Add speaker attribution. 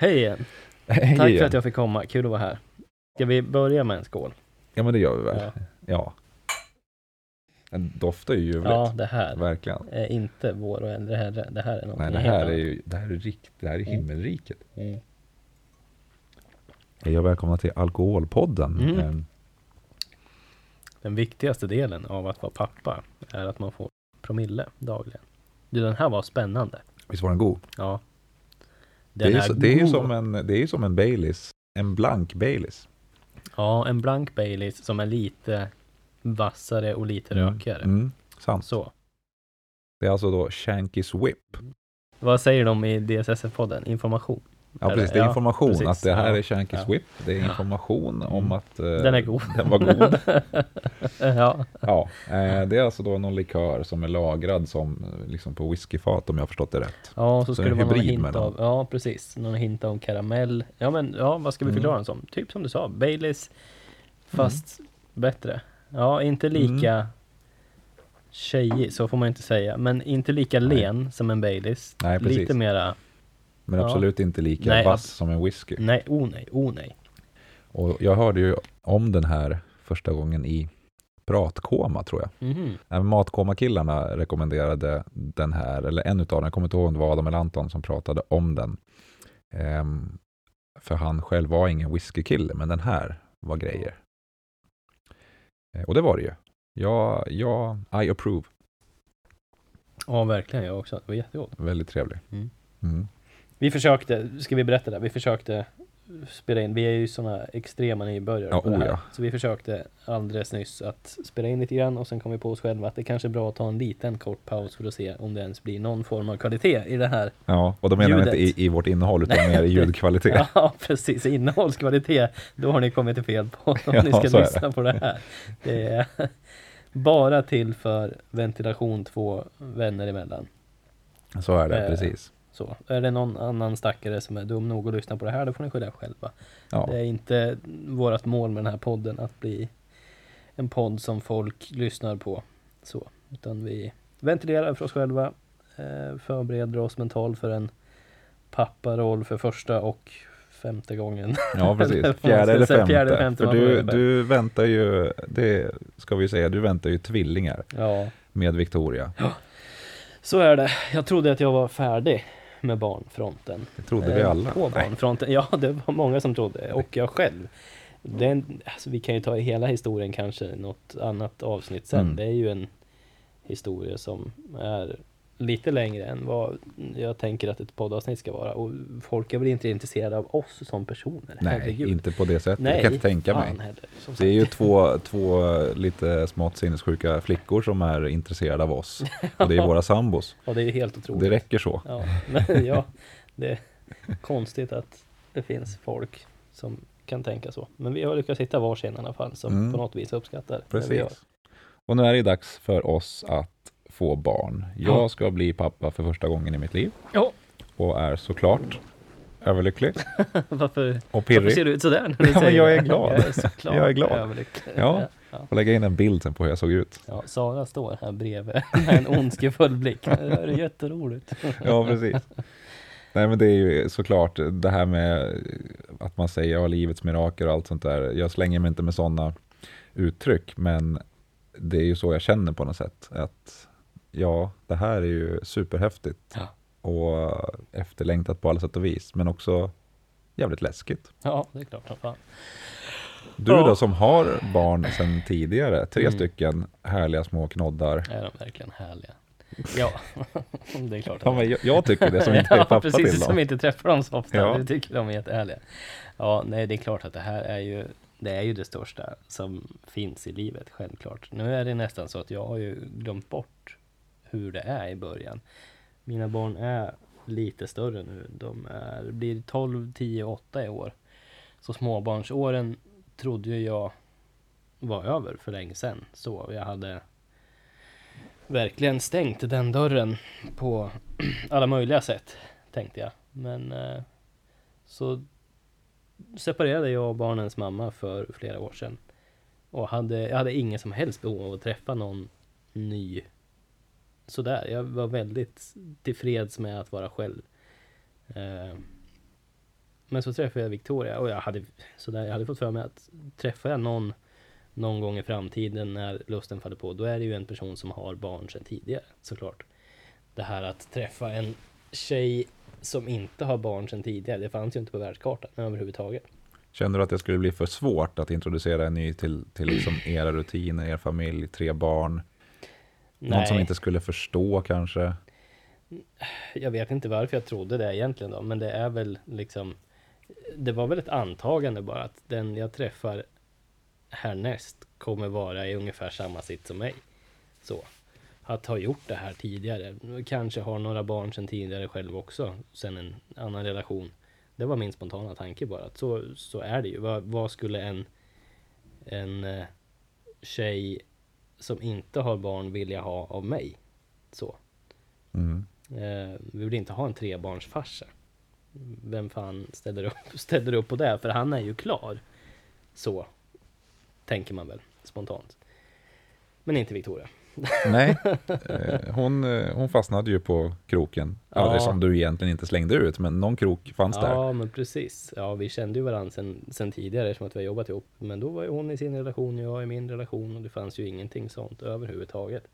Speaker 1: Hej igen.
Speaker 2: Hej
Speaker 1: Tack för
Speaker 2: igen.
Speaker 1: att jag fick komma. Kul att vara här. Ska vi börja med en skål?
Speaker 2: Ja, men det gör vi väl.
Speaker 1: Ja,
Speaker 2: Ja. Den doftar ju ljuvligt.
Speaker 1: ja det här
Speaker 2: Verkligen.
Speaker 1: är inte vår och äldre herre. Det här är någonting
Speaker 2: Nej, det här är ju det här är rikt, det här är himmelriket.
Speaker 1: Mm.
Speaker 2: Hej och välkomna till Alkoholpodden. Ehm,
Speaker 1: Mm.
Speaker 2: En-
Speaker 1: Den viktigaste delen av att vara pappa är att man får promille dagligen. Du, den här var spännande.
Speaker 2: Visst var den god?
Speaker 1: Ja.
Speaker 2: Det är, ju så, det, är ju
Speaker 1: god.
Speaker 2: som en, det är ju som en Baileys. En blank Baileys.
Speaker 1: Ja, en blank Baileys som är lite vassare och lite rökigare.
Speaker 2: Mm, sant.
Speaker 1: Så.
Speaker 2: Det är alltså då Shanky's Whip.
Speaker 1: Vad säger de i DSSF-podden? Information.
Speaker 2: Ja,
Speaker 1: Är
Speaker 2: precis.
Speaker 1: det-
Speaker 2: Det är
Speaker 1: ja,
Speaker 2: information
Speaker 1: precis.
Speaker 2: att det här
Speaker 1: Ja,
Speaker 2: är Shanky's
Speaker 1: ja.
Speaker 2: Whip. Det är information om
Speaker 1: Mm.
Speaker 2: att eh, Mm.
Speaker 1: Den är god.
Speaker 2: den var god.
Speaker 1: ja.
Speaker 2: Ja, eh, det är alltså då någon likör som är lagrad som eh, liksom på whiskyfat om jag har förstått det rätt.
Speaker 1: Ja, så skulle
Speaker 2: en
Speaker 1: det vara någon
Speaker 2: hybrid
Speaker 1: hint
Speaker 2: mellan.
Speaker 1: av, ja precis, någon hint av karamell. Ja men, ja vad ska vi
Speaker 2: Mm.
Speaker 1: förklara den som? Typ som du sa, Baileys, fast bättre. Ja, inte
Speaker 2: Mm.
Speaker 1: lika tjejig, så får man inte säga, men inte lika len som en Baileys.
Speaker 2: Nej, precis.
Speaker 1: Lite mera,
Speaker 2: Men
Speaker 1: Ja.
Speaker 2: absolut inte lika
Speaker 1: Nej,
Speaker 2: vass
Speaker 1: ab-
Speaker 2: som en whisky.
Speaker 1: nej, o nej, o nej.
Speaker 2: Och jag hörde ju om den här första gången i Pratkoma tror jag.
Speaker 1: Mhm.
Speaker 2: Nej, men Matkoma-killarna rekommenderade den här, eller en utav dem, jag kommer inte ihåg om det var Adam eller Anton som pratade om den. Ehm, för han själv var ingen whiskykille, men den här var grejer. Eh, och det var det ju. Ja, ja, I approve.
Speaker 1: Ja, verkligen, jag också. Det var jättegott.
Speaker 2: Väldigt trevlig.
Speaker 1: Mm.
Speaker 2: Mm.
Speaker 1: Vi försökte, ska vi berätta det? Vi försökte spela in, vi är ju sådana extrema nybörjare
Speaker 2: Ja,
Speaker 1: på det
Speaker 2: oh
Speaker 1: här.
Speaker 2: ja.
Speaker 1: Så vi försökte alldeles nyss att spela in lite grann och sen kom vi på oss själva att det kanske är bra att ta en liten kort paus för att se om det ens blir någon form av kvalitet i det här.
Speaker 2: Ja, och då menar jag
Speaker 1: Ljudet.
Speaker 2: inte i, i vårt innehåll, utan mer i ljudkvalitet.
Speaker 1: Ja, precis. Innehållskvalitet, då har ni kommit till fel på om
Speaker 2: Ja,
Speaker 1: ni
Speaker 2: så
Speaker 1: ska
Speaker 2: är
Speaker 1: lyssna på det här. Det är bara till för ventilation två vänner emellan.
Speaker 2: Så är det,
Speaker 1: Eh,
Speaker 2: precis.
Speaker 1: Så, är det någon annan stackare som är dum nog att lyssna på det här, då får ni skylla er själva.
Speaker 2: Ja,
Speaker 1: Det är inte vårt mål med den här podden att bli en podd som folk lyssnar på. Så, utan vi ventilerar för oss själva, eh, förbereder oss mentalt för en papparoll för första och femte gången. eller
Speaker 2: ja
Speaker 1: vad man
Speaker 2: precis.
Speaker 1: ska
Speaker 2: Fjärde eller
Speaker 1: säga,
Speaker 2: femte.
Speaker 1: fjärde eller femte,
Speaker 2: För
Speaker 1: man får
Speaker 2: du,
Speaker 1: välja.
Speaker 2: du väntar ju, det ska vi säga, du väntar ju tvillingar
Speaker 1: Ja,
Speaker 2: med Victoria.
Speaker 1: så är det. Jag trodde att jag var färdig med barnfronten.
Speaker 2: Det trodde vi
Speaker 1: Eh,
Speaker 2: alla.
Speaker 1: På
Speaker 2: Nej.
Speaker 1: barnfronten. Ja, det var många som trodde och jag själv. Det är en, alltså, vi kan ju ta hela historien kanske i något annat avsnitt sen.
Speaker 2: Mm.
Speaker 1: Det är ju en historia som är lite längre än vad jag tänker att ett poddavsnitt ska vara. Och folk är väl inte intresserade av oss som personer?
Speaker 2: Nej,
Speaker 1: Herregud.
Speaker 2: inte på det sättet.
Speaker 1: Nej,
Speaker 2: det kan jag inte tänka
Speaker 1: fan
Speaker 2: mig.
Speaker 1: Heller, som
Speaker 2: Det är
Speaker 1: sagt.
Speaker 2: ju två, två lite smått sinnessjuka flickor som är intresserade av oss. Och det är våra sambos.
Speaker 1: Ja, det är helt otroligt.
Speaker 2: Det räcker så.
Speaker 1: Ja, men ja, det är konstigt att det finns folk som kan tänka så. Men vi har lyckats hitta varsin i alla fall som
Speaker 2: Mm.
Speaker 1: på något vis uppskattar det vi gör.
Speaker 2: Precis. Och nu är det dags för oss att få barn.
Speaker 1: Ja.
Speaker 2: Jag ska bli pappa för första gången i mitt liv.
Speaker 1: Ja,
Speaker 2: och är såklart överlycklig
Speaker 1: varför,
Speaker 2: och
Speaker 1: varför ser
Speaker 2: pirrig.
Speaker 1: du ut sådär? När du
Speaker 2: Ja, men
Speaker 1: säger
Speaker 2: jag
Speaker 1: det?
Speaker 2: är glad.
Speaker 1: Jag är, såklart
Speaker 2: Jag är glad.
Speaker 1: överlycklig.
Speaker 2: Ja.
Speaker 1: Ja.
Speaker 2: och lägga in en bild sen på hur jag såg ut.
Speaker 1: Ja, Sara står här bredvid med en ondskefull blick. Det här är jätteroligt.
Speaker 2: Ja, precis. Nej, men det är ju såklart det här med att man säger ja, livets mirakel och allt sånt där. Jag slänger mig inte med sådana uttryck, men det är ju så jag känner på något sätt. Att ja, det här är ju superhäftigt
Speaker 1: Ja.
Speaker 2: och efterlängtat på alla sätt och vis, men också jävligt läskigt.
Speaker 1: Ja, det är klart som fan.
Speaker 2: Du
Speaker 1: Ja.
Speaker 2: då som har barn sedan tidigare, tre
Speaker 1: Mm.
Speaker 2: stycken härliga små knoddar.
Speaker 1: Är de verkligen härliga? Ja, det är klart. att
Speaker 2: Ja, men jag, jag tycker det som inte är pappa
Speaker 1: precis,
Speaker 2: till
Speaker 1: som
Speaker 2: dem.
Speaker 1: inte träffar dem så ofta.
Speaker 2: Ja.
Speaker 1: Du tycker de är jättehärliga. Ja, nej, det är klart att det här är ju det är ju det största som finns i livet, självklart. Nu är det nästan så att jag har ju glömt bort hur det är i början. Mina barn är lite större nu. De är, blir 12, 10, 8 i år. Så småbarnsåren trodde ju jag var över för länge sedan. Så jag hade verkligen stängt den dörren på alla möjliga sätt, tänkte jag. Men eh, så separerade jag och barnens mamma för flera år sedan. Och hade, jag hade ingen som helst behov av att träffa någon ny. Sådär, jag var väldigt tillfreds med att vara själv. Eh, Men så träffade jag Victoria och jag hade, så där, jag hade fått för mig att träffar jag någon någon gång i framtiden när lusten faller på, då är det ju en person som har barn sedan tidigare såklart. Det här att träffa en tjej som inte har barn sedan tidigare, det fanns ju inte på världskartan överhuvudtaget.
Speaker 2: Känner du att det skulle bli för svårt att introducera en ny till, till liksom era rutiner, er familj, tre barn? Någon som inte skulle förstå kanske?
Speaker 1: Jag vet inte varför jag trodde det egentligen då, men det är väl liksom Det var väl ett antagande bara att den jag träffar härnäst kommer vara i ungefär samma sitt som mig. Så. Att ha gjort det här tidigare, kanske har några barn sedan tidigare själv också, sen en annan relation. Det var min spontana tanke bara, att så, så är det ju. Vad, vad skulle en, en eh, tjej som inte har barn vilja ha av mig? Så.
Speaker 2: Mm.
Speaker 1: Eh, vi vill inte ha en trebarnsfarsa. Vem fan ställer upp, ställer upp på det? För han är ju klar. Så, tänker man väl spontant. Men inte Victoria.
Speaker 2: Nej, eh, hon, eh, hon fastnade ju på kroken. Aldrig
Speaker 1: Ja.
Speaker 2: som du egentligen inte slängde ut, men någon krok fanns där.
Speaker 1: Ja, men precis. Ja, vi kände ju varandra sen, sen tidigare eftersom att vi har jobbat ihop. Men då var ju hon i sin relation och jag i min relation och det fanns ju ingenting sånt överhuvudtaget.